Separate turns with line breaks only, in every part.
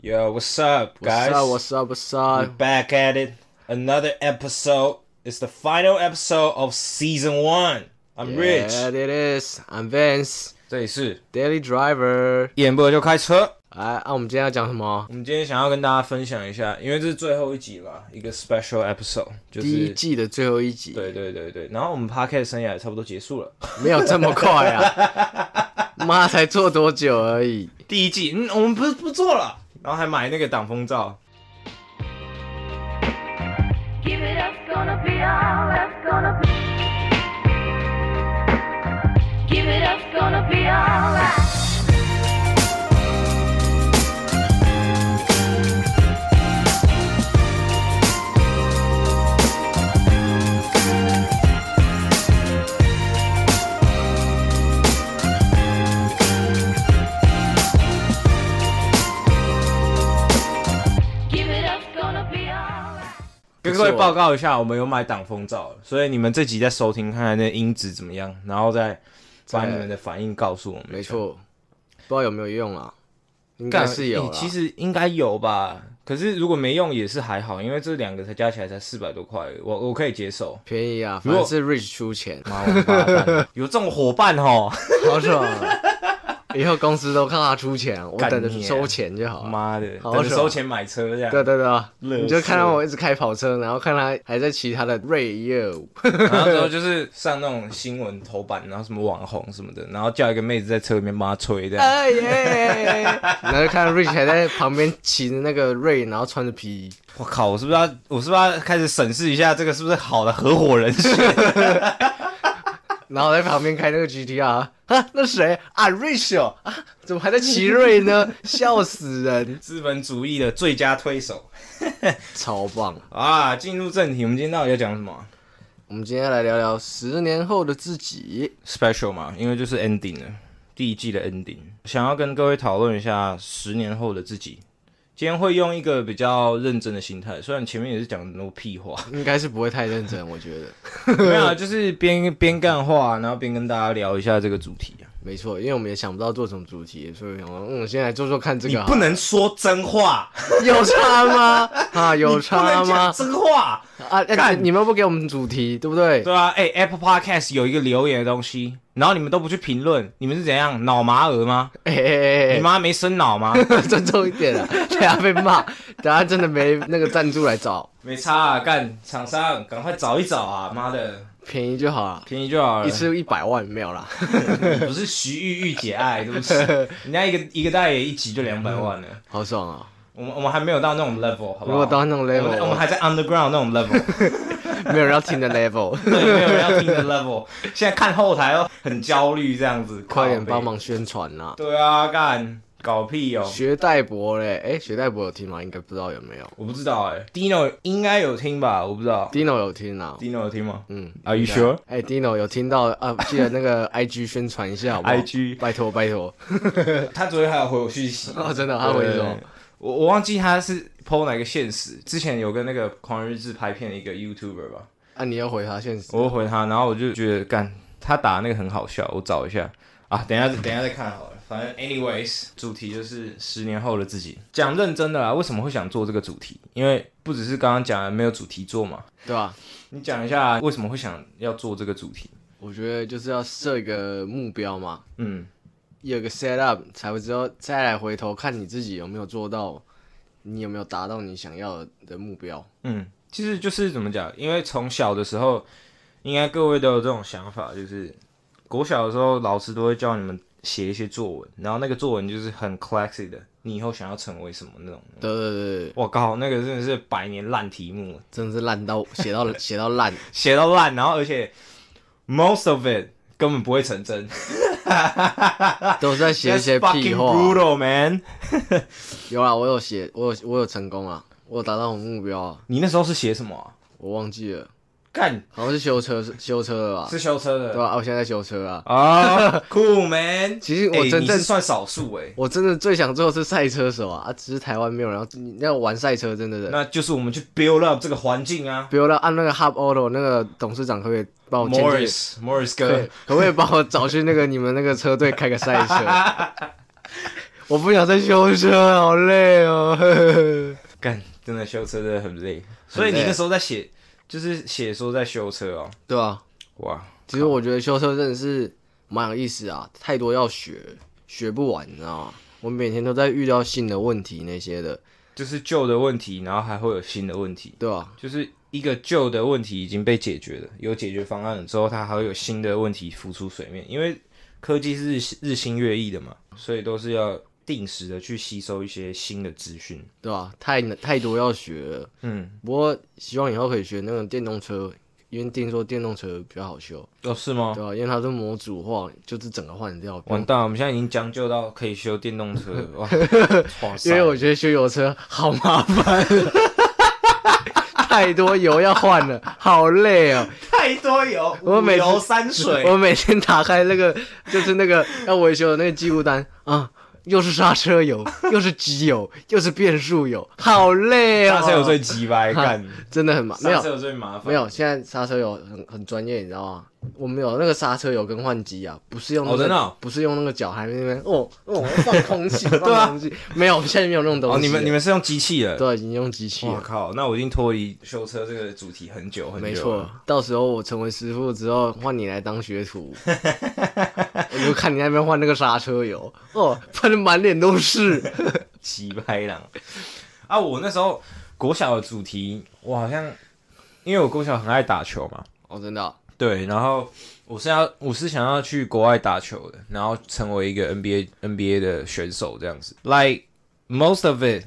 Yo, what's up, guys?
What's up? What's up? What's
We're
up?
back at it. Another episode. It's the final episode of season one. I'm
Yeah,
Rich.
it is. I'm Vance,
这里是
Daily Driver。
一言不合就开车。
哎，啊，我们今天要讲什么
我？们今天想要跟大家分享一下，因为这是最后一集了，一个 special episode，就
第一
是
季的最后一集，
对对对对。然后我们 podcast 生涯也差不多结束了。
没有这么快啊！妈，才做多久而已。
第一季，嗯，我们不是不做了，然后还买那个挡风罩。
Give it up, gonna be all that's gonna be. Give it up, gonna be all that.
跟各位报告一下，我们有买挡风罩了，所以你们这集再收听看看那音质怎么样，然后再把
再
你们的反应告诉我们。
没，错，不知道有没有用啊？应该
干
是有
欸
啦。
其实应该有吧。可是如果没用也是还好，因为这两个才加起来才四百多块而已，我我可以接受。
便宜啊，
如
反
果
正是 Rich 出钱，
妈王八蛋， 有这种伙伴 哦！
好爽啊！ 以后公司都靠他出钱，我
干
等着
你啊
收钱就好了。
妈的，
好
等着
爽
收钱买车这样。
对对对啊，
乐
你就看到
色
我一直开跑车，然后看他还在骑他的瑞业务，
然后之后就是上那种新闻头版，然后什么网红什么的，然后叫一个妹子在车里面帮他吹这样。
哎耶！然后就看到 Rich 还在旁边骑着那个瑞，然后穿着皮衣，
我靠，我是不是要我是不是要开始审视一下这个是不是好的合伙人 选？
然后在旁边开那个 GTR 啊，那谁啊 Rich 哦啊，怎么还在骑瑞呢？笑死人，
资本主义的最佳推手
超棒！
啊！进入正题，我们今天到底要讲什么啊
我们今天来聊聊十年后的自己，
？Special 嘛，因为就是 ending 了，第一季的 ending，想要跟各位讨论一下十年后的自己。今天会用一个比较认真的心态，虽然前面也是讲很多屁话，
应该是不会太认真，我觉得
没有啊，就是边边干话，然后边跟大家聊一下这个主题啊。
没错，因为我们也想不到做什么主题，所以我想说，嗯，先来做做看这
你
个好
不
了，
能说真话，
有差吗？啊，有
你
差
不能讲
吗？
真话，
啊，哎
干
你们不给我们主题，对不对？
对啊，哎、a p p l e Podcast 有一个留言的东西，然后你们都不去评论，你们是怎样脑麻儿吗？
哎哎哎
你
哎
妈没生脑吗？
尊重一点啊，等下被骂，等下真的没那个赞助来找，
没差啊，干厂商赶快找一找啊，妈的，
便宜就好了，
便宜就好了。
一次一百万没有啦。
你 不是徐玉玉姐爱，对不 起，人家一个一个代言一集就两百万了。
好爽啊！
我们我们还没有到那种 level，好不好？哎
如果到那种
我们
level，
我们还在 underground 那种 level，
没有人要听的 level，
对，没有人要听的 level。现在看后台哦，很焦虑这样子，
快
靠
点
北
帮。忙宣传啦！
对啊，干搞屁哦！
学戴博嘞，哎，学戴博有听吗？应该不知道有没有
我不知道哎、d i n o 应该有听吧？我不知道
，Dino 有听啊。
，Dino 有听吗
嗯，
？Are you
应该
sure？
哎，Dino 有听到啊？记得那 个 IG 宣传一下好不好
IG
拜托拜 托。
他昨天还有回我讯息
哦真的他回什么？
对我我忘记他是 PO 哪个现实，之前有跟那个狂人日志拍片的一个 YouTuber 吧，
啊，你要回他现实，
我就回他，然后我就觉得干他打那个很好笑，我找一下啊，等一下等一下再看好了。反正 anyways，主题就是十年后的自己。讲认真的啦，为什么会想做这个主题？因为不只是刚刚讲的没有主题做嘛，
对吧？
你讲一下为什么会想要做这个主题？
我觉得就是要设一个目标嘛，
嗯，
有个 set up 才会知道，再来回头看你自己有没有做到，你有没有达到你想要的目标。
嗯，其实就是怎么讲，因为从小的时候，应该各位都有这种想法，就是国小的时候，老师都会叫你们写一些作文，然后那个作文就是很 classy 的，你以后想要成为什么那种。
对对对对，
我靠，那个真的是百年烂题目，
真的是烂到写 到写到烂，
写到烂，然后而且 most of it 根本不会成真，
都是在 写一些
That's
屁
fucking
话。
brutal man。
有啊，我有写，我有我有成功啊，我有达到我目标啊，你
你那时候是写什么啊、
我忘记了，
干
好像是修车修车的吧？
是修车
对
的
吧、啊？我现在在修车啊。
啊， 酷 man。
其实我
欸
真
你
正
是算少数哎、
我真的最想做的是赛车手啊，啊，只是台湾没有人要，你要玩赛车真的是。
那就是我们去 build up 这个环境啊。
比如说按那个 Hub Auto 那个董事长可不可以帮我签这个
Morris Morris
对
哥，，
可不可以帮我找去那个你们那个车队开个赛车？我不想再修车，好累哦。 呵呵
干，真的修车真的很累。所以你那时候在写，就是写说在修车哦。
对啊，
哇，
其实我觉得修车真的是蛮有意思啊，太多要学，学不完，你知道吗？我每天都在遇到新的问题那些的，
就是旧的问题，然后还会有新的问题，
对啊吧、
就是一个旧的问题已经被解决了，有解决方案了之后，它还会有新的问题浮出水面。因为科技是日日新月异的嘛，所以都是要定时的去吸收一些新的资讯。
对吧、太难太多要学了。
嗯，
不过希望以后可以学那种电动车，因为听说电动车比较好修，
哦，是吗
对？啊吧、因为它是模组化，就是整个换掉。
完蛋了，我们现在已经将就到可以修电动车了，哇， 哇塞
因为我觉得修油车好麻烦， 太多油要换了，好累哦。
太多油，
我每次
五油三水，
我每天打开那个就是那个要维修的那个记录单啊。又是刹 车油，又是机油，又是变速油，好累 哦！
刹车油最鸡掰，
哈
干，
真的很麻，没有
刹车油最麻烦，
没有，现在刹车油很很专业，你知道吗？我们有那个刹车油更换机啊，不是用那
哦真的
个，
哦
不是用那个脚还在那边哦 哦放空气，放
对啊
空气，没有，现在没有那种东西
哦，
啊了。
你们你们是用机器的，
对，已经用机器
我
了，
靠，那我已经脱离修车这个主题很久很久，
没错。。到时候我成为师傅之后，换你来当学 徒，我就看你那边换那个刹车油，哦，喷的满脸都是。
鸡拍狼啊！我那时候国小的主题，我好像因为我国小很爱打球嘛，
哦，真的啊、
对，然后我是要我是想要去国外打球的，然后成为一个 NBA NBA 的选手这样子。Like most of it,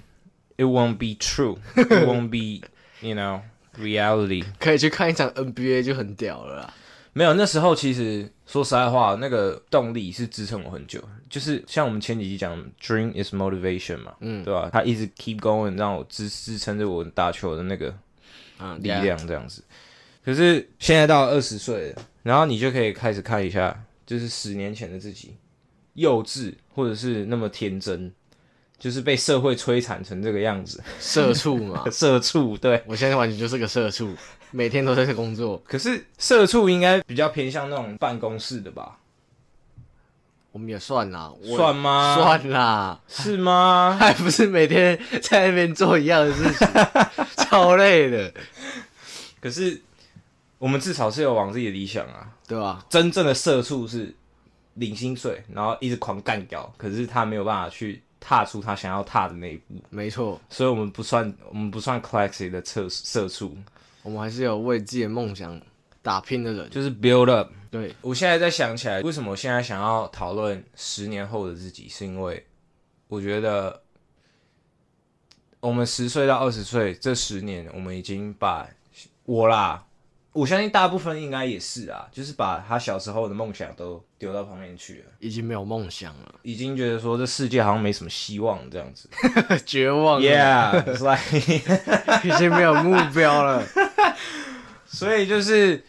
it won't be true, it won't be you know reality.
可以去看一场 NBA 就很屌了啦。
没有，那时候其实说实在话，那个动力是支撑我很久。就是像我们前几集讲，dream is motivation 嘛，嗯，对吧、他一直 keep going，让我支支撑着我打球的那个
嗯，
力量这样子。可是现在到二十岁了，然后你就可以开始看一下，就是十年前的自己，幼稚或者是那么天真，就是被社会摧残成这个样子，
社畜嘛，
社畜对。
我现在完全就是个社畜，每天都在工作。
可是社畜应该比较偏向那种办公室的吧？
我们也算啦，我
算吗？
算啦，
是吗？
还不是每天在那边做一样的事 情，超累的，
可是我们至少是有往自己的理想啊。
对吧、
真正的社畜是领薪水，然后一直狂干掉，可是他没有办法去踏出他想要踏的那一步，
没错，
所以我们不算我们不算 classy 的社社畜，
我们还是有为自己的梦想打拼的人。
就是 build up。
对，
我现在在想起来，为什么我现在想要讨论十年后的自己，是因为我觉得我们十岁到二十岁这十年，我们已经把我啦，我相信大部分应该也是啊，就是把他小时候的梦想都丢到旁边去了，
已经没有梦想了，
已经觉得说这世界好像没什么希望这样子。
绝望了
Yeah，it's like
已经没有目标 了。
所以就是，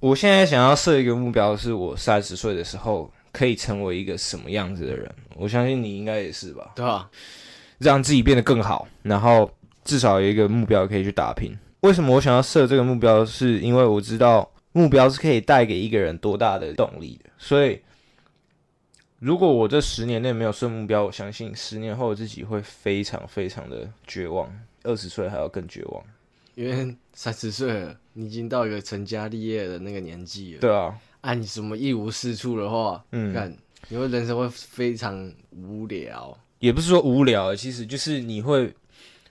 我现在想要设一个目标，是我三十岁的时候可以成为一个什么样子的人。我相信你应该也是吧，
对啊吧、
让自己变得更好，然后至少有一个目标可以去打拼。为什么我想要设这个目标？是因为我知道目标是可以带给一个人多大的动力的。所以，如果我这十年内没有设目标，我相信十年后的自己会非常非常的绝望，二十岁还要更绝望。
因为三十岁了，你已经到一个成家立业的那个年纪了。
对啊，
啊，你什么一无是处的话，
嗯
看你会人生会非常无聊。
也不是说无聊，其实就是你会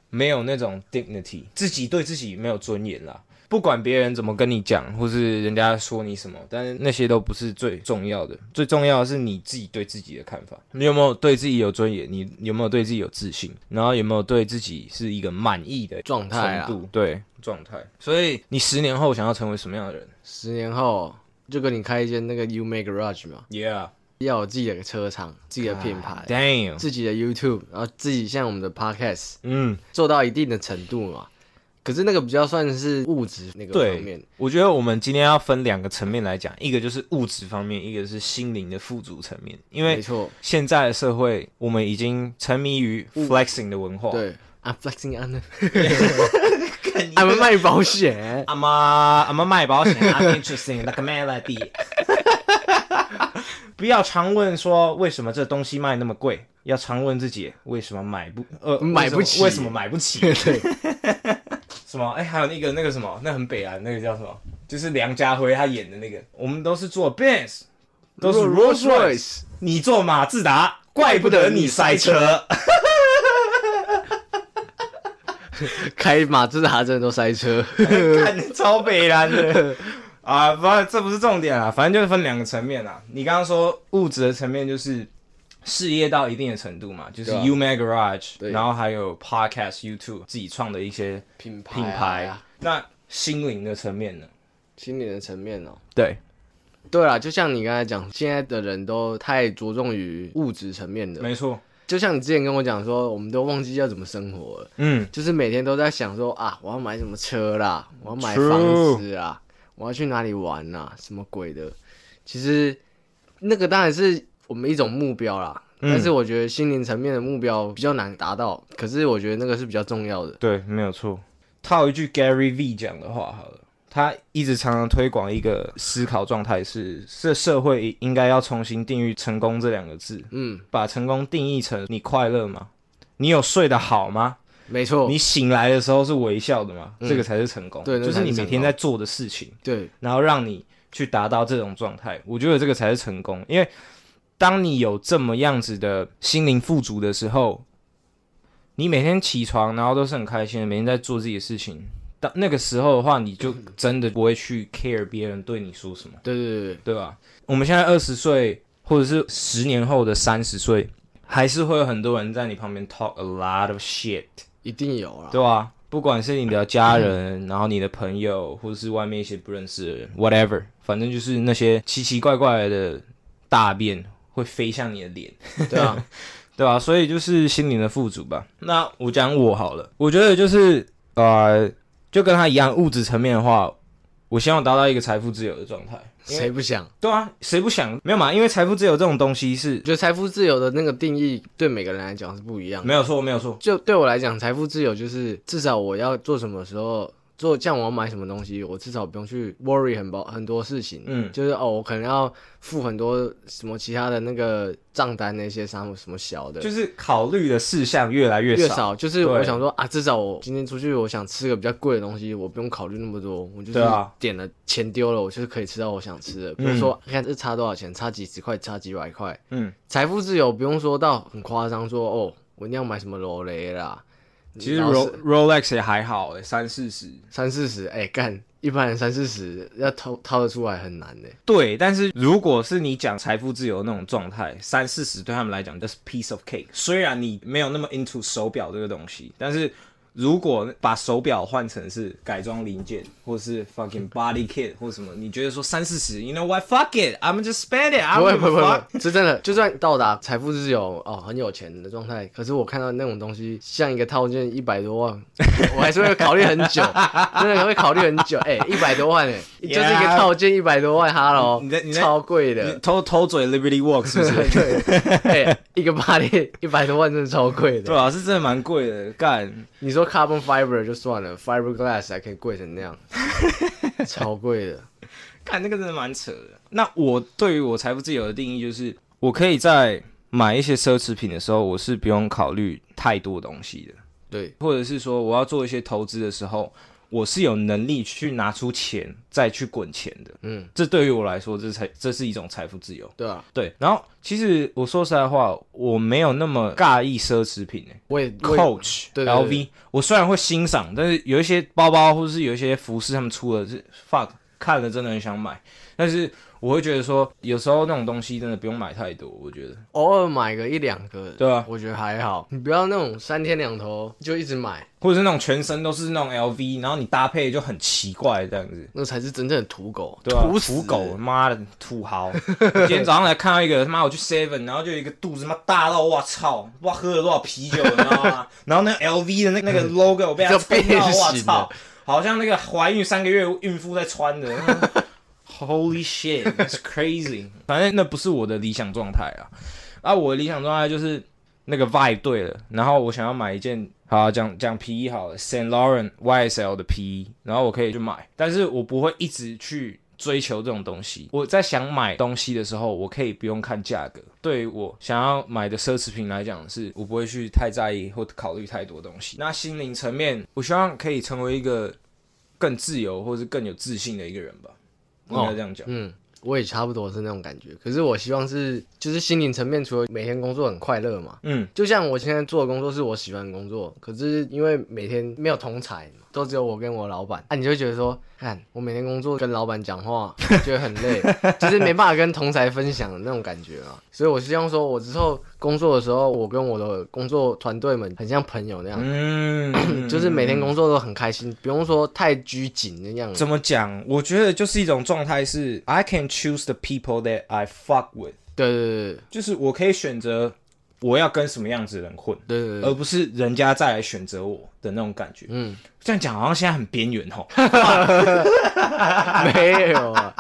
没有那种 dignity，自己对自己没有尊严啦。不管别人怎么跟你讲，或是人家说你什么，但是那些都不是最重要的，最重要的是你自己对自己的看法。你有没有对自己有尊严？你有没有对自己有自信？然后有没有对自己是一个满意的
状态啊
程度？对，状态。所以你十年后想要成为什么样的人
十年后就跟你开一间那个 U Make Garage 嘛，
？Yeah，
要有自己的车厂、自己的品牌、
，Damn，
自己的 YouTube，然后自己像我们的 Podcast
嗯，
做到一定的程度嘛。可是那个比较算是物质那个方面
对，，我觉得我们今天要分两个层面来讲，一个就是物质方面，一个是心灵的富足层面。因
没
为
错，
现在的社会，我们已经沉迷于 flexing 的文化。，
对。啊，flexing 安 呢？
阿妈
俺们卖 保险，
阿妈阿妈卖保险，I'm interesting like a melody。不要常问说为什么这东西卖那么贵，要常问自己为什么买不呃
买不起
为什么为什么买不起？
对，
什么？哎、还有那个那个什么，那很北蓝，那个叫什么？就是梁家辉他演的那个。我们都是坐 Benz，都是 Rolls Royce，你坐马自达，怪不得你塞车。
开马自达真的都塞车。
看超北蓝的啊！不，这不是重点啊，反正就是分两个层面啊。你刚刚说物质的层面就是事业到一定的程度嘛，就是
对啊
U Mag Garage，
对
然后还有 Podcast、YouTube 自己创的一些
品牌啊
品牌。那心灵的层面呢？
心理的层面哦。
对，
对啦，就像你刚才讲，现在的人都太着重于物质层面的，
没错，
就像你之前跟我讲说，我们都忘记要怎么生活了，
嗯，
就是每天都在想说啊，我要买什么车啦，我要买
True
房子啊，我要去哪里玩啦，什么鬼的。其实那个当然是我们一种目标啦，
嗯
但是我觉得心灵层面的目标比较难达到，可是我觉得那个是比较重要的。
对，没有错。套一句 Gary V 讲的话好了，他一直常常推广一个思考状态是：这社会应该要重新定义“成功”这两个字，
嗯，
把成功定义成你快乐吗？你有睡得好吗？
没错，
你醒来的时候是微笑的吗？这个才是成功，
嗯对那
就是
才是
你每
成
天
功
在做的事情，
对
然后让你去达到这种状态，我觉得这个才是成功，因为当你有这么样子的心灵富足的时候，你每天起床，然后都是很开心的，每天在做自己的事情。到那个时候的话，你就真的不会去 care 别人对你说什么，
对对对对，
对吧？我们现在二十岁，或者是十年后的三十岁，还是会有很多人在你旁边 talk a lot of shit。
一定有啦。
对啊，不管是你的家人，然后你的朋友，或者是外面一些不认识的人，whatever，反正就是那些奇奇怪怪的大便会飞向你的脸，
对啊，
对吧、所以就是心灵的富足吧。那我讲我好了，我觉得就是呃，就跟他一样，物质层面的话，我希望达到一个财富自由的状态。 因为
谁不想？
对啊，谁不想？没有嘛，因为财富自由这种东西
我
是
觉得财富自由的那个定义对每个人来讲是不一样的。
没有错，没有错。
就对我来讲，财富自由就是至少我要做什么时候做，像我要买什么东西，我至少不用去 worry 很包很多事情。
嗯
就是哦，我可能要付很多什么其他的那个账单那些什么什么小的，
就是考虑的事项越来越
越
少，
少。就是我
对
想说啊，至少我今天出去，我想吃个比较贵的东西，我不用考虑那么多，我就是
对啊
点了钱丢了，我就是可以吃到我想吃的。比如说，看这差多少钱，差几十块，差几百块。
嗯，
财富自由不用说到很夸张，说哦，我一定要买什么罗雷啦，
其实
然后
Ro
是
Rolex 也还好、欸，三四十。
三四十，哎、干，一般人三四十要掏掏得出来很难呢、
对，但是如果是你讲财富自由那种状态，三四十对他们来讲就是 piece of cake。虽然你没有那么 into 手表这个东西，但是如果把手表换成是改装零件，或是 fucking body kit 或什么，你觉得说三四十，you know what fuck it，I'm just spend it，I'm
不
g
会
i
不
v
会不
a fuck。
会，是真的。就算到达财富自由哦，很有钱的状态，可是我看到那种东西，像一个套件一百多万，我还是会考虑很 久，真的会考虑很久。哎、一百多万哎、就是一个
Yeah
套件一百多万，哈喽
你在你，在
超贵
你
的。
偷偷嘴 Liberty Walk 是不 是？
对，哎、一个巴黎一百多万真的超贵
对
的。
啊，是真的蛮贵的，干。
你说 carbon fiber 就算了，fiberglass 还可以贵成 那样，超贵的。
看那个真的蛮扯的。那我对于我财富自由的定义就是，我可以在买一些奢侈品的时候，我是不用考虑太多东西的，
对，
或者是说我要做一些投资的时候，我是有能力去拿出钱再去滚钱的。
嗯，
这对于我来说，这才这是一种财富自由。
对啊，
对，然后其实我说实在话，我没有那么尬意奢侈品、欸
我也我也
Coach、
对对
LV，
对
我虽然会欣赏，但是有一些包包或者是有一些服饰，他们出的是 fuck，看了真的很想买，但是我会觉得说，有时候那种东西真的不用买太多，我觉得。
偶尔买个一两个，
对啊
我觉得还好。你不要那种三天两头就一直买，
或者是那种全身都是那种 LV，然后你搭配就很奇怪这样子，
那才是真正的土狗，
对吧、
土死
土狗，，妈的土豪！ 我今天早上来看到一个他妈，我去 Seven，然后就有一个肚子妈大到我操，不知道喝了多少啤酒，你知道 吗？然后那个 LV 的那那个 logo 被他
就
吹到，
嗯变
我
形
操
了，
好像那个怀孕三个月孕妇在穿的。Holy shit, that's crazy！反正那不是我的理想状态啊，啊，我的理想状态就是那个 vibe 对了，然后我想要买一件，好啊讲讲皮衣好了，Saint Laurent YSL 的皮衣，然后我可以去买，但是我不会一直去追求这种东西。我在想买东西的时候，我可以不用看价格。对于我想要买的奢侈品来讲，是我不会去太在意或考虑太多东西。那心灵层面，我希望可以成为一个更自由或是更有自信的一个人吧。应该这样讲。
嗯，我也差不多是那种感觉。可是我希望是，就是心灵层面，除了每天工作很快乐嘛，
嗯，
就像我现在做的工作是我喜欢的工作，可是因为每天没有同才嘛，都只有我跟我老板，啊，你就会觉得说，看我每天工作跟老板讲话，觉得很累， 就是没办法跟同才分享的那种感觉啊。所以我希望说，我之后工作的时候，我跟我的工作团队们很像朋友那样，
嗯
就是每天工作都很开心，不用说太拘谨那样。
怎么讲？我觉得就是一种状态是 I can choose the people that I fuck with，
对对
就是我可以选择我要跟什么样子的人混，
对对对对
而不是人家再来选择我的那种感觉。
嗯，
这样讲好像现在很边缘哦。
对，没有啊，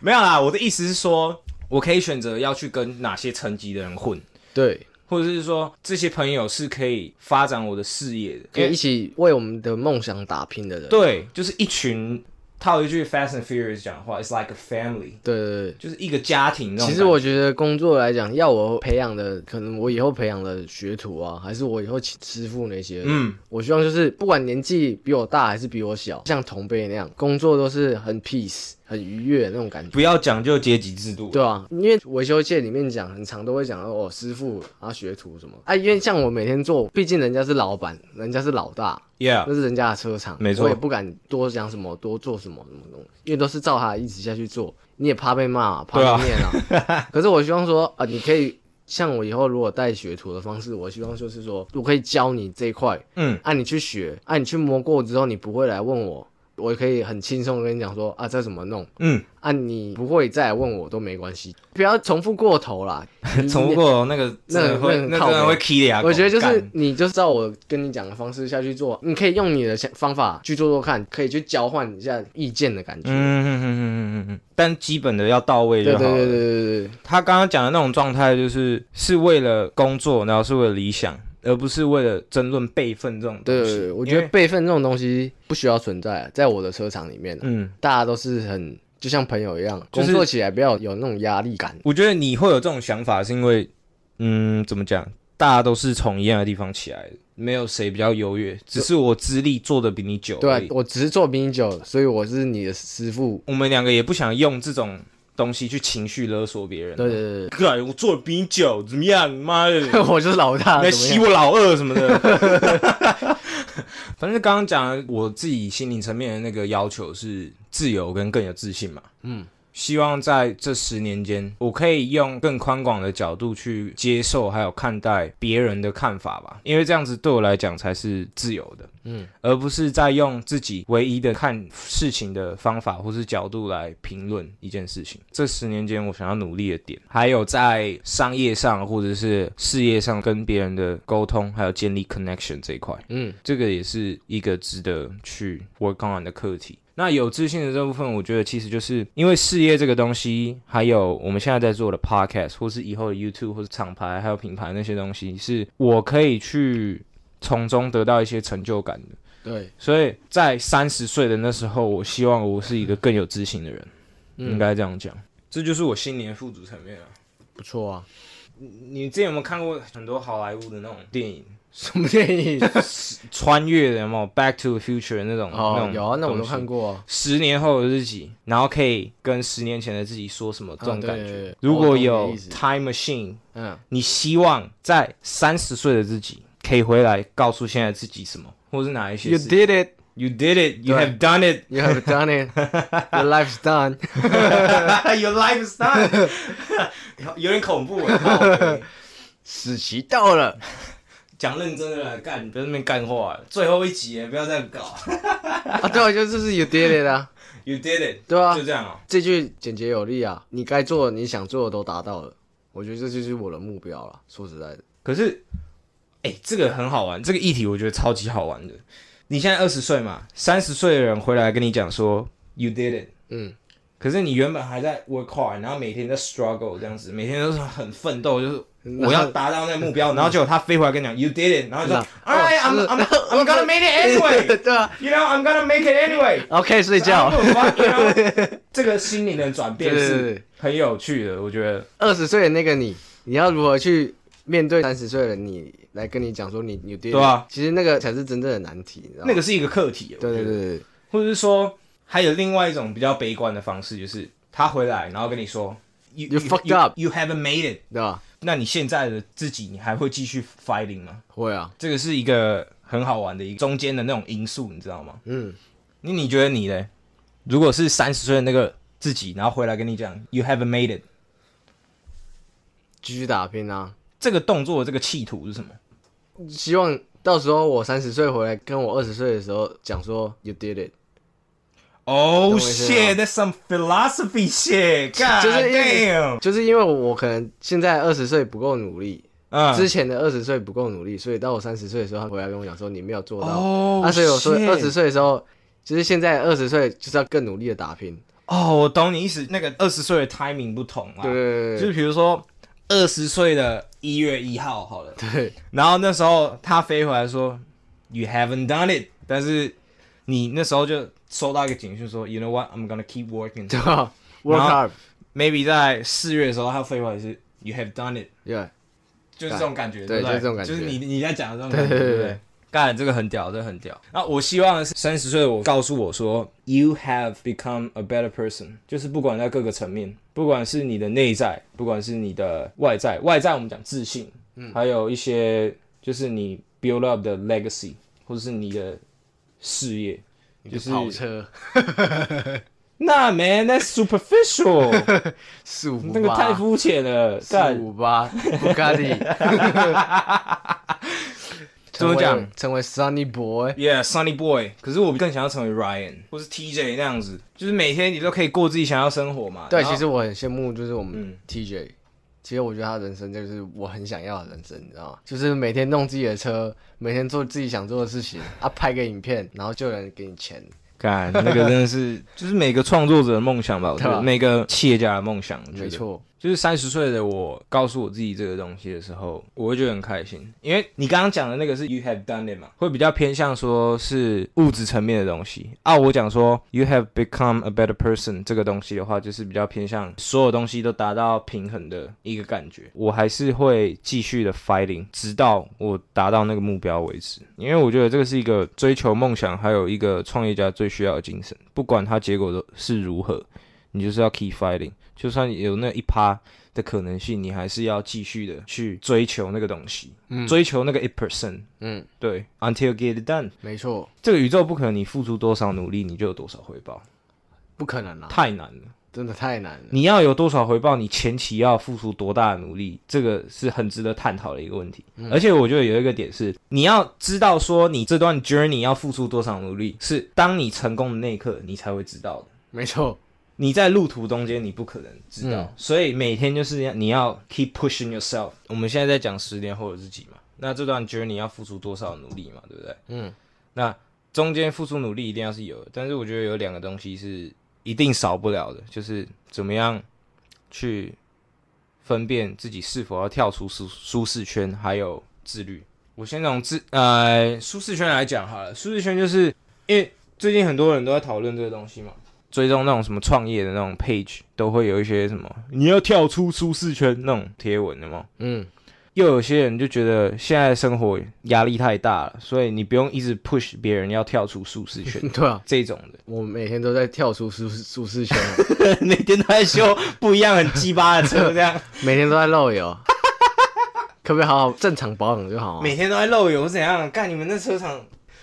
没有啦，我的意思是说，我可以选择要去跟哪些层级的人混，
对，
或者是说这些朋友是可以发展我的事业的，
可以一
因为
起为我们的梦想打拼的人。
对，就是一群。套一句 Fast and Furious 讲的话，It's like a family，
对对对。
就是一个家庭那种感觉。
其实我觉得工作来讲，要我培养的，可能我以后培养的学徒啊，还是我以后请师傅那些，
嗯，
我希望就是不管年纪比我大还是比我小，像同辈那样，工作都是很 peace、很愉悦的那种感觉。
不要讲究阶级制度。
对啊，因为维修界里面讲，很常都会讲到哦，师傅啊，学徒什么啊，因为像我每天做，毕竟人家是老板，人家是老大，
，Yeah，
那是人家的车厂，
啊没错
我也不敢多讲什么，多做什么什么东西，因为都是照他的意思下去做，你也怕被骂、怕
对啊
被念啊。 可是我希望说啊、你可以像我以后如果带学徒的方式，我希望就是说我可以教你这一块，
嗯，
啊，你去学，啊，你去摸过之后，你不会来问我，我也可以很轻松地跟你讲说啊，这怎么弄。
嗯，
啊，你不会再来问我都没关系，不要重复过头啦。
重过那个
那
真的会
那
那
很靠
真的会
北
k 的呀。
我觉得就是
干
你就照我跟你讲的方式下去做，你可以用你的想方法去做做看，可以去交换一下意见的感觉。
嗯嗯嗯嗯嗯嗯，但基本的要到位
对
就
对
好了。
对对对对，
他刚刚讲的那种状态，就是是为了工作，然后是为了理想，而不是为了争论辈分这种东
对
西。
对，我
因
觉得
为，
备份这种东西不需要存在，在我的车厂里面啊，
嗯，
大家都是很就像朋友一样，
就
工
是
作起来不要有那种压力感。
我觉得你会有这种想法，是因为，嗯，怎么讲？大家都是从一样的地方起来的，没有谁比较优越，只是我资历做的比你久
对啊
而已。，
我只是做冰酒，所以我是你的师傅。
我们两个也不想用这种东西去情绪勒索别人。
对对
干，我做的比你久，啊怎么样？妈 的，
对，我就是老大，
来
怎么
吸
样
我老二什么的。 反正刚刚讲的我自己心灵层面的那个要求是自由跟更有自信嘛。嗯，希望在这十年间，我可以用更宽广的角度去接受还有看待别人的看法吧，因为这样子对我来讲才是自由的。嗯，而不是在用自己唯一的看事情的方法或是角度来评论一件事情。这十年间，我想要努力的点，还有在商业上或者是事业上跟别人的沟通，还有建立 connection 这一块。
嗯，
这个也是一个值得去 work on 的课题。那有自信的这部分，我觉得其实就是因为事业这个东西，还有我们现在在做的 podcast，或是以后的 YouTube，或是厂牌，还有品牌那些东西，是我可以去从中得到一些成就感的。
对，
所以在三十岁的那时候，我希望我是一个更有自信的人，
嗯
应该这样讲。这就是我新年富足层面啊。
不错啊。
你之前有没有看过很多好莱坞的那种电影，
什么 电影？
穿越的有没有 Back to the Future 那种？那
哦
种，
有啊，那我都
东西
看。过啊。
十年后的自己，然后可以跟十年前的自己说什么这种
啊对
感觉。
对对
如
我
果
懂你的
有
意思
time machine，
嗯，
你希望在三十岁的自己可以回来告诉现在自己什么，或是哪一些
You
事
did it.
You did it. You
对
have done it.
You have done it. Your life's done.
Your life is done 。有点恐怖 欸靠北，
死期 到了。
讲认真的啦，干，你不要在那边干话了。最后一集耶，不要再搞。
啊，对啊，就就是 You did it 啊。
You did it，
对啊
就这样哦、
这句简洁有力啊，你该做的、你想做的都达到了。我觉得这就是我的目标了。说实在的，
可是，哎、这个很好玩，这个议题我觉得超级好玩的。你现在二十岁嘛，三十岁的人回来跟你讲说 You did it，
嗯，
可是你原本还在 work hard，然后每天在 struggle 这样子，每天都是很奋斗，就是我要达到那个目标，然后结果他飞回来跟你讲 you did it，然后就说 all right I'm I'm I'm gonna make it anyway，you
对啊
know I'm gonna make it anyway。
，OK 睡觉
啊。不管 you know，这 个心灵的转变
对对
是
对
很有趣的，我觉得。
二十岁的那个你，你要如何去面对三十岁的你来跟你讲说你你有跌？
对啊
其实那个才是真正的难题，你知道吗
那个是一个课题，
对对
我觉得，
对对，
或者是说还有另外一种比较悲观的方式，就是他回来然后跟你说 you
You fucked up
you haven't made it，
对啊吧？
那你现在的自己你还会继续 fighting 吗？
会啊，
这个是一个很好玩的一个中间的那种因素，你知道吗？
嗯，
你你觉得你嘞？如果是三十岁的那个自己，然后回来跟你讲 you haven't made it，
继续打拼啊！
这个动作的这个企图是什么？
希望到时候我三十岁回来，跟我二十岁的时候讲说 you did it，
Oh
懂我意思吗
shit, that's some philosophy shit. God
就是因为
damn.
就是因为我可能现在二十岁不够努力，之
嗯，
前的二十岁不够努力，所以到我三十岁的时候，他回来跟我讲说你没有做到。啊
哦
那所以我说
shit
二十岁的时候，就是现在二十岁就是要更努力的打拼。
哦，我懂你意思。那个二十岁的 timing 不同啊，
对对
就
对
比如说二十岁的一月一号好了，
对对，
然后那时候他飞回来说 you haven't done it，但是你那时候就收到一个警讯说 you know what I'm gonna keep working。
对吧？Work
然
hard，
Maybe 在四月的时候他飞回来是 you have done it。
对，
就是这种感觉，
对
不
就是这种感觉
就是你你在讲的这种感觉，
对对
对
对
不对？干，这个很屌，这个很屌。那我希望三十岁的我告诉我说，You have become a better person，就是不管在各个层面，不管是你的内在，不管是你的外在，外在我们讲自信，嗯，还有一些就是你 build up 的 legacy，或者是你的事业，就是
跑车
那 man，that's superficial，
四五八，
那个太肤浅了，
四
干，
五八，布加 迪。
怎么讲
成为？成为 Sunny Boy，
Yeah, Sunny Boy。可是我更想要成为 Ryan 或是 TJ 那样子，就是每天你都可以过自己想要生活嘛。
对，
然后
其实我很羡慕，就是我们
嗯
TJ，、其实我觉得他人生就是我很想要的人生，你知道吗？就是每天弄自己的车，每天做自己想做的事情，啊，拍个影片，然后就有人给你钱，
干那个真的是，就是每个创作者的梦想吧，我觉
对啊
得
吧
每个企业家的梦想。我觉得
没，错，
就是三十岁的我告诉我自己这个东西的时候，我会觉得很开心，因为你刚刚讲的那个是 You have done it 嘛，会比较偏向说是物质层面的东西啊。我讲说 You have become a better person 这个东西的话，就是比较偏向所有东西都达到平衡的一个感觉。我还是会继续的 fighting，直到我达到那个目标为止，因为我觉得这个是一个追求梦想还有一个创业家最需要的精神，不管它结果都是如何，你就是要 keep fighting，就算有那一趴的可能性，你还是要继续的去追求那个东西，追求那个一 percent，
嗯，
对，until get it done。
没错，
这个宇宙不可能，你付出多少努力，你就有多少回报，
不可能啊，
太难了。
真的太难了，
你要有多少回报，你前期要付出多大的努力，这个是很值得探讨的一个问题。而且我觉得有一个点是，你要知道说你这段 journey 要付出多少努力，是当你成功的那一刻，你才会知道的。
没 错，
你在路途中间你不可能知道，
嗯
所以每天就是要你要 keep pushing yourself。我们现在在讲十年后的自己嘛，那这段 journey 要付出多少努力嘛，对不对？
嗯，
那中间付出努力一定要是有的，但是我觉得有两个东西是一定少不了的，就是怎么样去分辨自己是否要跳出舒舒适圈，还有自律。我先从自呃舒适圈来讲好了，舒适圈就是因为最近很多人都在讨论这个东西嘛，追踪那种什么创业的那种 page，都会有一些什么你要跳出舒适圈那种贴文的嘛。
嗯，
又有些人就觉得现在生活压力太大了，所以你不用一直 push 别人要跳出舒适圈
对啊，
这种的，
我每天都在跳出舒舒适圈，啊
每天都在修不一样很鸡巴的车，这样
每天都在漏油，可不可以好好正常保养就好啊？
每天都在漏油怎样？干你们那车厂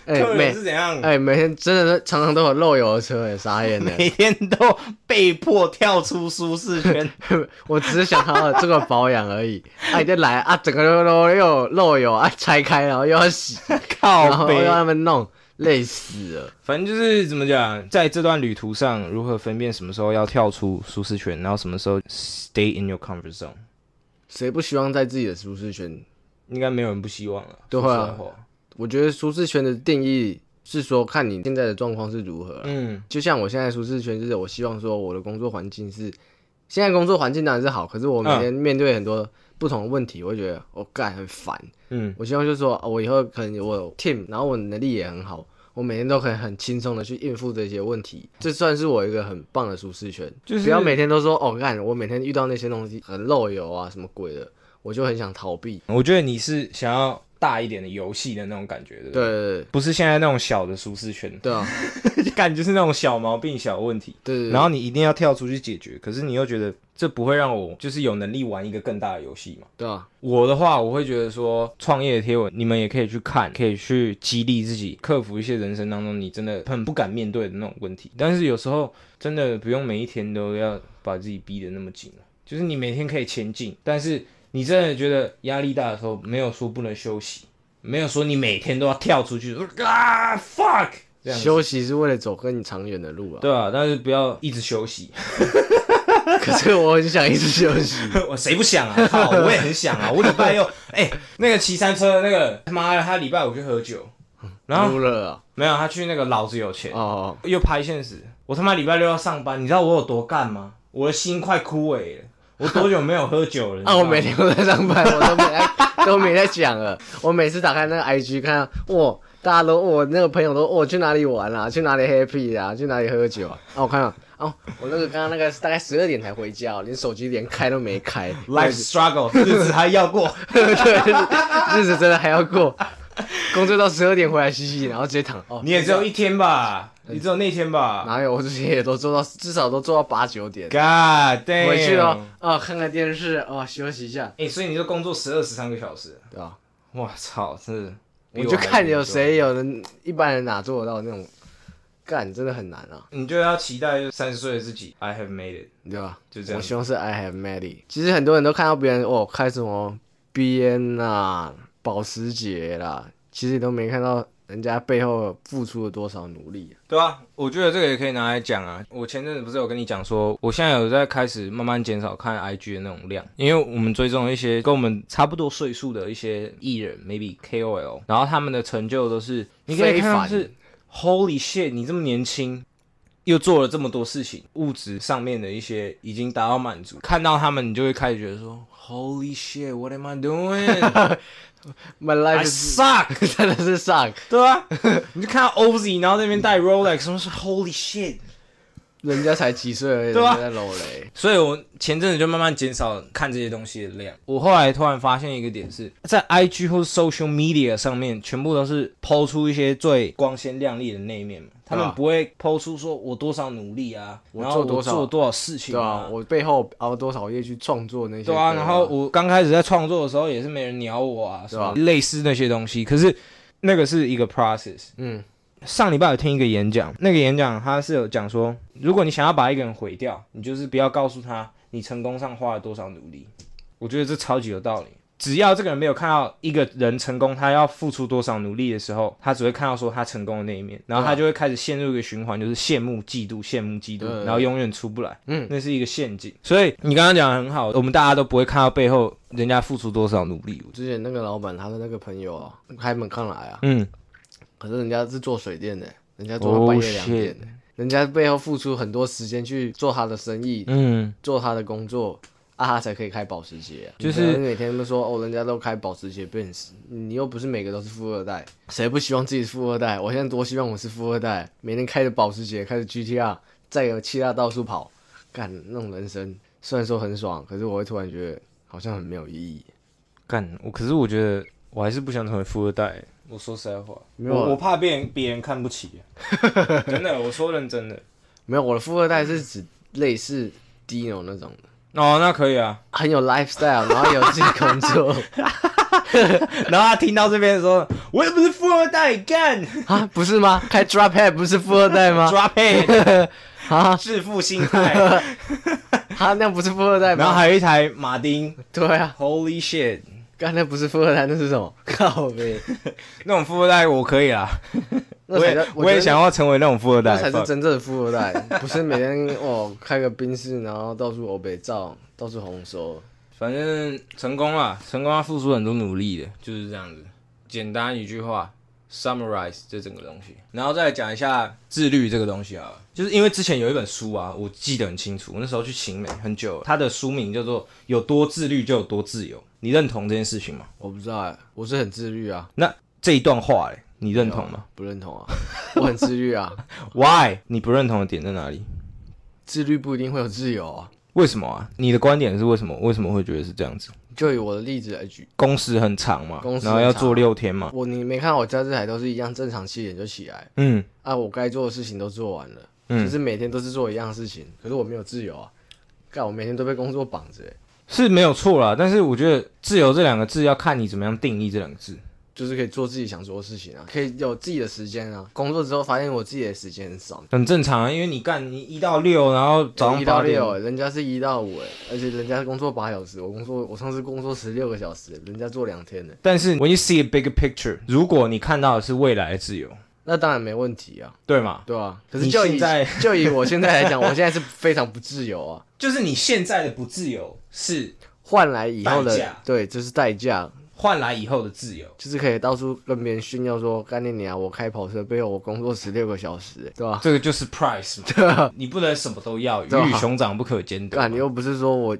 哎、
客人
每
是怎样？
哎、每天真的常常都有漏油的车、哎，傻眼的。
每天都被迫跳出舒适 圈，
我只是想好好做个保养而已。啊，你就来啊，整个都都又有漏油啊，拆开然后又要洗，然
靠
后又
背。
要他们弄，累死了。
反正就是怎么讲，在这段旅途上，如何分辨什么时候要跳出舒适圈，然后什么时候 stay in your comfort zone，
谁不希望在自己的舒适圈？
应该没有人不希望了。
对
说实
啊
在话
我觉得舒适圈的定义是说看你现在的状况是如何啊、
嗯，
就像我现在舒适圈，就是我希望说我的工作环境是，现在工作环境当然是好，可是我每天面对很多不同的问题，我会觉得我干、很烦。
嗯，
我希望就是说，哦我以后可能我有 team，然后我能力也很好，我每天都可以很轻松的去应付这些问题，这算是我一个很棒的舒适圈。
就是
不要每天都说，哦，干，我每天遇到那些东西很漏油啊，什么鬼的，我就很想逃避。
我觉得你是想要大一点的游戏的那种感觉，对不
对对对
不是现在那种小的舒适 圈，
对啊，
感觉就是那种小毛病、小问题，
对对对
然后你一定要跳出去解决，可是你又觉得这不会让我就是有能力玩一个更大的游戏嘛？
对啊，
我的话，我会觉得说，创业的贴文你们也可以去看，可以去激励自己，克服一些人生当中你真的很不敢面对的那种问题。但是有时候真的不用每一天都要把自己逼得那么紧就是你每天可以前进，但是你真的觉得压力大的时候，没有说不能休息，没有说你每天都要跳出去啊 fuck 这样子。
休息是为了走更长远的路啊。
对啊，但是不要一直休息，
可是我很想一直休息。
我谁不想 啊？靠，我也很想啊！我礼拜六，哎、那个骑山车那个，他妈的，他礼拜五去喝酒，然后
撸了啊
没有，他去那个老子有钱，
哦，
又拍现实。我他妈礼拜六要上班，你知道我有多干吗？我的心快枯萎了。我多久没有喝酒了？你知
啊，
道吗
我每天都在上班，我都没在都没在讲了。我每次打开那个 IG 看到，哇，大家都我那个朋友都我去哪里玩啊，去哪里 happy 啊，去哪里喝酒啊。啊，我看到哦，我那个刚刚那个大概十二点才回家哦，连手机连开都没开。
life struggle 日子还要过，
对，日子真的还要过，工作到十二点回来洗洗，然后直接躺。哦，
你也只有一天吧，你只有那天吧。
哪有？我之前也都做到，至少都做到八九点。
God damn！
回去
了
了。，啊，看看电视，哦，休息一下，
哎、所以你就工作十二十三个小时，
对吧？
哇操，真的。
我
比
就
还
看有
严重
谁有人一般人哪做得到那种，干真的很难啊，
你就要期待三十岁的自己，I have made it。
对吧？
就这样
我希望是 I have m a d y 其实很多人都看到别人哦开什么 BN 啊、保时捷啦，其实你都没看到人家背后付出了多少努力、
对啊，我觉得这个也可以拿来讲啊。我前阵子不是有跟你讲说，我现在有在开始慢慢减少看 IG 的那种量，因为我们追踪一些跟我们差不多岁数的一些艺人，maybe KOL，然后他们的成就都是你可以看到是 Holy shit，你这么年轻。又做了这么多事情，物质上面的一些已经达到满足，看到他们，你就会开始觉得说，Holy shit，what am I doing？I
My life is
suck。
真的是 suck，
对啊，你就看到 OZ，然后那边戴 Rolex，什么是 Holy shit。
人家才几岁而已，人
对啊
家在搂雷，
所以我前阵子就慢慢减少看这些东西的量。我后来突然发现一个点是，在 IG 或是 social media 上面，全部都是抛出一些最光鲜亮丽的那一面嘛。他
对
们
啊
不会抛出说我多少努力啊，
我
然后
做多少
做多少事情
对啊，我背后熬多少夜去创作那些歌，
对啊，然后我刚开始在创作的时候也是没人鸟我啊，什
对啊
么类似那些东西。可是那个是一个 process。
嗯，
上礼拜有听一个演讲，那个演讲他是有讲说，如果你想要把一个人毁掉，你就是不要告诉他你成功上花了多少努力。我觉得这超级有道理。只要这个人没有看到一个人成功，他要付出多少努力的时候，他只会看到说他成功的那一面，然后他就会开始陷入一个循环，就是羡慕、嫉妒、羡慕、嫉妒
啊对对，对
然后永远出不来。
嗯
那是一个陷阱。所以你刚刚讲的很好，我们大家都不会看到背后人家付出多少努力。
之前那个老板他的那个朋友啊，开门看来啊，
嗯，
可是人家是做水电的，人家做
Oh,
到半夜两点的，人家背后付出很多时间去做他的生意，
嗯，
做他的工作。啊，他才可以开保时捷啊、
就是
你不能每天都说哦，人家都开保时捷、奔驰，你又不是每个都是富二代，谁不希望自己是富二代？我现在多希望我是富二代，每天开着保时捷，开着 GTR，再有其他到处跑，干那种人生，虽然说很爽，可是我会突然觉得好像很没有意义。
干我，可是我觉得我还是不想成为富二代。我说实在话，
没有啊
我我怕别人别人看不起、啊 真的，我说认真的。
没有，我的富二代是指类似 Dino 那种的，
哦，那可以啊。
很有 lifestyle，然后有自己工作
然后他听到这边的时候，我又不是富二代，干
啊，不是吗？开 drop head 不是富二代 吗？
抓配
啊，
致富心 态。
他那不是富二代吗？
然后还有一台马丁
对啊，
，Holy shit，
刚才不是富二代，那是什么？ 靠呗，
那种富二代我可以啦。
那
我
才叫
也我也想，要成为那种富二
觉
代
得那，才是
fuck
真正的富二代，不是每天哦开个宾士，然后到处欧北照，到处红收。
反正成功了，成功要付出很多努力的，就是这样子。简单一句话， summarize 这整个东西，啊然后再讲一下自律这个东西啊，就是因为之前有一本书啊，我记得很清楚，我那时候去秦美很久了，它的书名叫做《有多自律就有多自由》，你认同这件事情吗？
我不知道哎、我是很自律啊，
那这一段话嘞，你认同吗
不认同啊，我很自律啊，
？Why？你不认同的点在哪里？
自律不一定会有自由啊。
为什么啊？你的观点是为什么？为什么会觉得是这样子？
就以我的例子来举，
工时很长嘛
工，时
然后要
很长啊
做六天嘛，
我你没看到我假日还都是一样正常七点就起来
嗯，
啊，我该做的事情都做完了，
嗯
就是每天都是做一样的事情，可是我没有自由啊，干我每天都被工作绑着欸、
是没有错啦。但是我觉得“自由”这两个字要看你怎么样定义这两个字。
就是可以做自己想做的事情啊，可以有自己的时间啊。工作之后发现我自己的时间很少，
很正常啊，因为你干你一到六，然后早上
一到
八点
六，人家是一到五，哎，而且人家工作八小时，我工作我上次工作十六个小时，人家做两天呢，
但是 when you see a bigger picture，如果你看到的是未来的自由，
那当然没问题啊，
对吗？
对啊。可是
你
就以
现在
就以我现在来讲，我现在是非常不自由啊，
就是你现在的不自由是
换来以后的
代价
对，这、是代价，
换来以后的自由。
就是可以到处跟别人炫耀说，干你娘，我开跑车背后我工作十六个小时，欸对吧、
这个就是 price 嘛， 你不能什么都要，鱼
对啊
与熊掌不可兼得嘛。
干，你又不是说我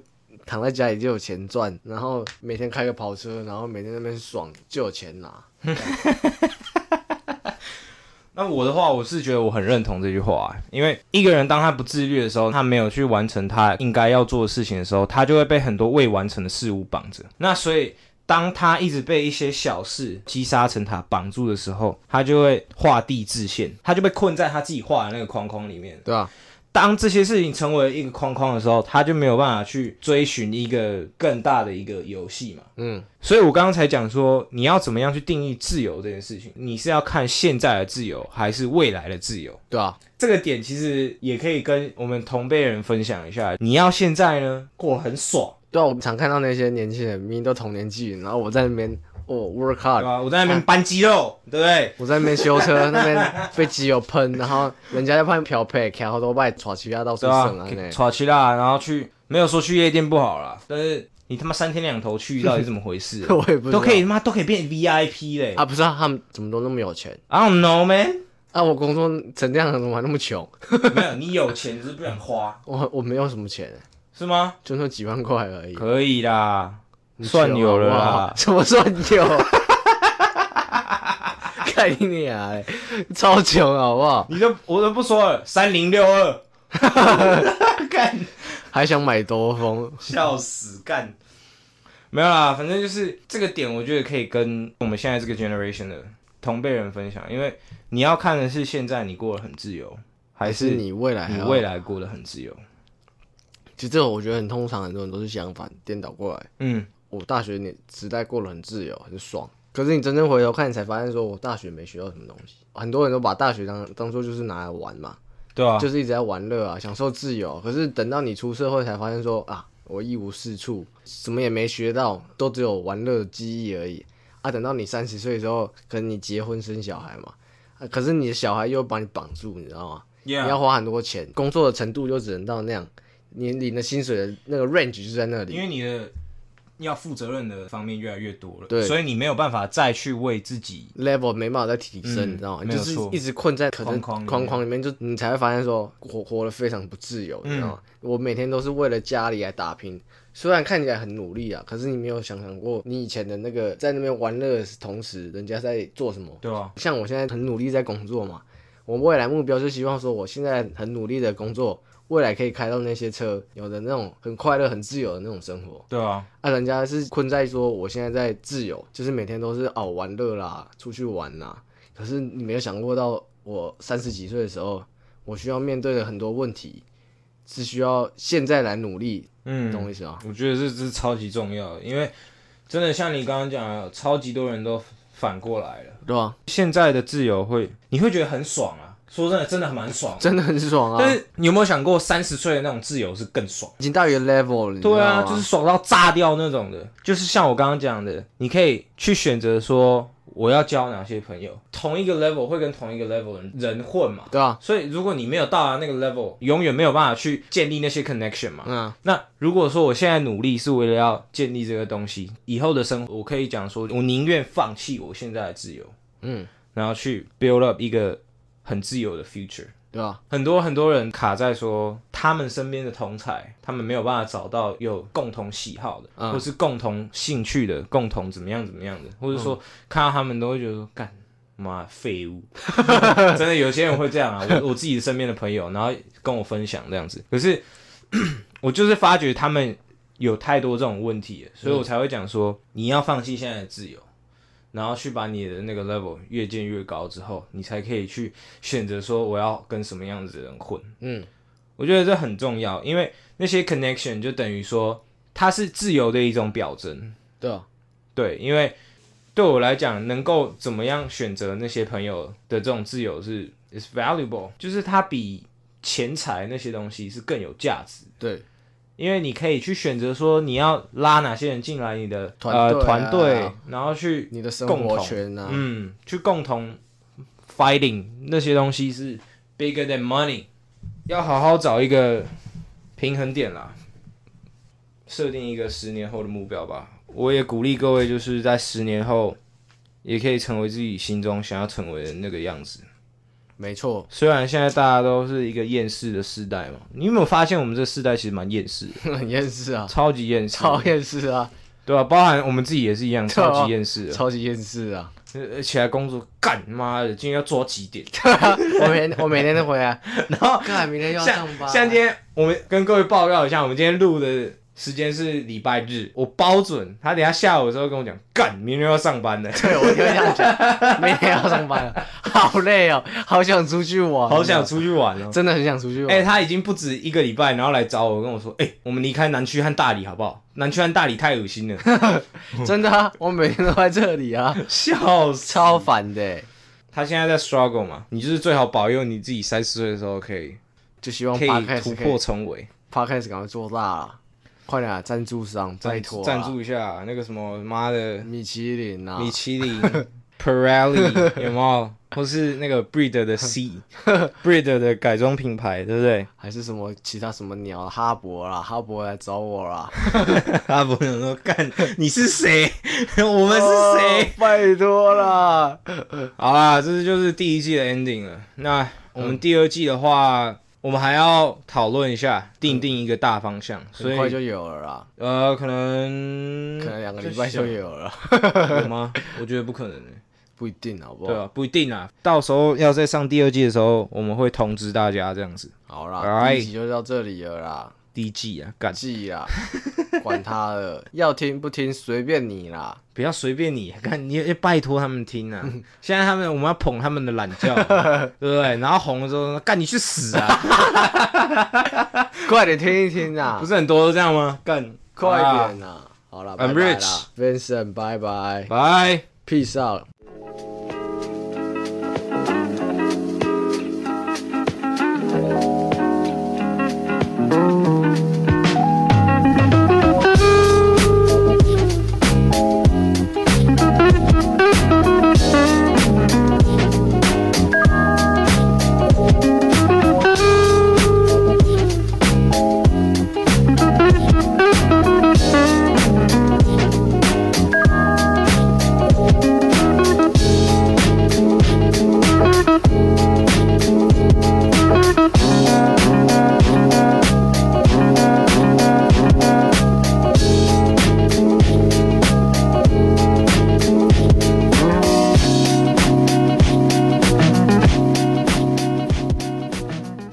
躺在家里就有钱赚，然后每天开个跑车，然后每天在那边爽就有钱拿。
那我的话，我是觉得我很认同这句话、因为一个人当他不自律的时候，他没有去完成他应该要做的事情的时候，他就会被很多未完成的事物绑着。那所以，当他一直被一些小事击杀成塔绑住的时候，他就会画地自限，他就被困在他自己画的那个框框里面。
对啊，
当这些事情成为一个框框的时候，他就没有办法去追寻一个更大的一个游戏嘛。
嗯，
所以我刚刚才讲说，你要怎么样去定义自由这件事情？你是要看现在的自由，还是未来的自由？
对啊，
这个点其实也可以跟我们同辈人分享一下。你要现在呢过得很爽，
对啊，我们常看到那些年轻人，明明都同年纪，然后我在那边哦 work
对
hard，
吧？我在那边搬肌肉，对不对？
我在那边修车，那边被机油喷，然后人家在旁边漂配，开好多拜，耍起亚到处
对吧
省啊那。
耍起啦，然后去没有说去夜店不好啦，但是你他妈三天两头去，到底是怎么回事 啊
？我也不知道
都可以他妈都可以变 VIP 嘞、
啊，不是啊，他们怎么都那么有钱
i don't know man，
啊？我工作成这样，怎么还那么穷？
没有你有钱只是不想花，
我我没有什么钱，
是 吗？
就那几万块而已。
可以啦，算有了
哇
啦，
什么算有？ 看你啊，超穷好不好？
你都我都不说了，三零六二， 干
还想买多风？
笑死干，没有啦，反正就是这个点，我觉得可以跟我们现在这个 generation 的同辈人分享，因为你要看的是现在你过得很自由，还是
你未来还
你
要
未？来过得很自由？
其实这种我觉得很通常，很多人都是相反，颠倒过来。
嗯，
我大学年时代过得很自由，很爽。可是你真正回头看，你才发现说我大学没学到什么东西。很多人都把大学当当做就是拿来玩嘛，
对啊，
就是一直在玩乐啊，享受自由。可是等到你出社会，才发现说啊，我一无是处，什么也没学到，都只有玩乐的记忆而已。啊，等到你三十岁的时候，可能你结婚生小孩嘛，啊，可是你的小孩又把你绑住，你知道吗
Yeah
你要花很多钱，工作的程度就只能到那样，你领的薪水的那个 range 就在那
因
里。
为你的要负责任的方面越来越多了，
对
所以你没有办法再去为自己
level 没办法再提升，
嗯
你知道吗？
没
就
有
是
错
一直困在可能
框框里面
框框里面，就你才会发现说活活得非常不自由，
嗯
你知道吗？我每天都是为了家里来打拼，虽然看起来很努力啊，可是你没有想想过，你以前的那个在那边玩乐的同时，人家在做什么？
对啊吧、
像我现在很努力在工作嘛，我未来目标就希望说，我现在很努力的工作，未来可以开到那些车，有的那种很快乐、很自由的那种生活。
对啊，
啊，人家是困在说我现在在自由，就是每天都是哦玩乐啦，出去玩啦。可是你没有想过到我三十几岁的时候，我需要面对的很多问题，是需要现在来努力，
嗯，
你懂我意思吗？
我觉得这这是超级重要的，因为真的像你刚刚讲的，超级多人都反过来了。
对吧？
现在的自由会，你会觉得很爽啊！说真的，真的蛮爽。
真的很爽啊，
但是你有没有想过，三十岁的那种自由是更爽？
已经到一个 level 了，你知
对啊，
道吗
就是爽到炸掉那种的。就是像我刚刚讲的，你可以去选择说我要交哪些朋友，同一个 level 会跟同一个 level 的人混嘛。
对啊，
所以如果你没有到达那个 level，永远没有办法去建立那些 connection 嘛。
嗯，
那如果说我现在努力是为了要建立这个东西，以后的生活，我可以讲说，我宁愿放弃我现在的自由，
嗯，
然后去 build up 一个很自由的 future。
对啊吧？
很多很多人卡在说，他们身边的同才，他们没有办法找到有共同喜好的，
嗯
或是共同兴趣的，共同怎么样怎么样的，或者说、看到他们都会觉得说干妈废物， 真的有些人会这样啊。我我自己身边的朋友，然后跟我分享这样子，可是 我就是发觉他们有太多这种问题了，所以我才会讲说，你要放弃现在的自由。然后去把你的那个 level 越建越高之后，你才可以去选择说我要跟什么样子的人混。
嗯，
我觉得这很重要，因为那些 connection 就等于说它是自由的一种表征。
对啊，
对，因为对我来讲，能够怎么样选择那些朋友的这种自由是 is valuable，就是它比钱财那些东西是更有价值的。
对，
因为你可以去选择说你要拉哪些人进来你的
团队啊
呃团队，然后去
你的生
共
活
同
圈啊，
嗯，去共同 fighting 那些东西是 bigger than money，要好好找一个平衡点啦，设定一个十年后的目标吧。我也鼓励各位，就是在十年后也可以成为自己心中想要成为的那个样子。
没错，
虽然现在大家都是一个厌世的世代嘛，你有没有发现我们这世代其实蛮厌世的，
很厌世啊，
超级厌世，
超厌世啊，
对吧、包含我们自己也是一样，
对啊
超级厌世的。
超级厌世啊！
呃起来工作，干妈的，今天要做到几点？
我每我每天都回来，
然后
干明天又要上
像
班，啊
像今天我们跟各位报告一下，我们今天录的时间是礼拜日，我包准他等一下下午的时候跟我讲，干，明天要上班的，
对我就这样讲，明天要上班了，好累哦，好想出去玩，啊
好想，出去玩哦。
真的很想出去玩。
哎、他已经不止一个礼拜，然后来找我，跟我说，哎、我们离开南区和大理好不好？南区和大理太恶心了，
真的啊，我每天都在这 里啊，
笑死。
超烦的欸，
他现在在 struggle 嘛，你就是最好保佑你自己三十岁的时候可以
就希望
可
p o d
以
c
突
a
破重围，
podcast 赶快做大啊，快点啊，赞助商，拜托啊，
赞助一下那个什么妈的
米其林啊，
米其 林、Pirelli 有没有？或是那个 Breeder 的 C，Breeder 的改装品牌，对不对？
还是什么其他什么鸟啊，哈勃啦，哈勃来找我啊啦，
阿伯想说，干你是 谁？ 我们是谁？
哦拜托啦，
哦好啦，这就是第一季的 ending 了。那我们第二季的话，我们还要讨论一下，定定一个大方向。所
很快就
以
有了啦，
呃，可能
可能两个礼
嗯
拜就有了，
有吗？我觉得不可能、欸。
不一定好不
对
好？
啊，不一定啊。到时候要在上第二季的时候，我们会通知大家这样子。
好
Alright
啦，第一集就到这里了啦。
第一季啊，干
记啦， 管他了，要听不听随便你啦。
不要随便你，看 你也拜托他们听啊！现在他们我们要捧他们的懒 觉，对不对？然后红了之后，干你去死 啊！
快点听一听啊，
不是很多都这样吗？干，
快点啊！好了，
I'm
拜拜
rich
啦，Vincent，拜拜
拜。
，Peace out。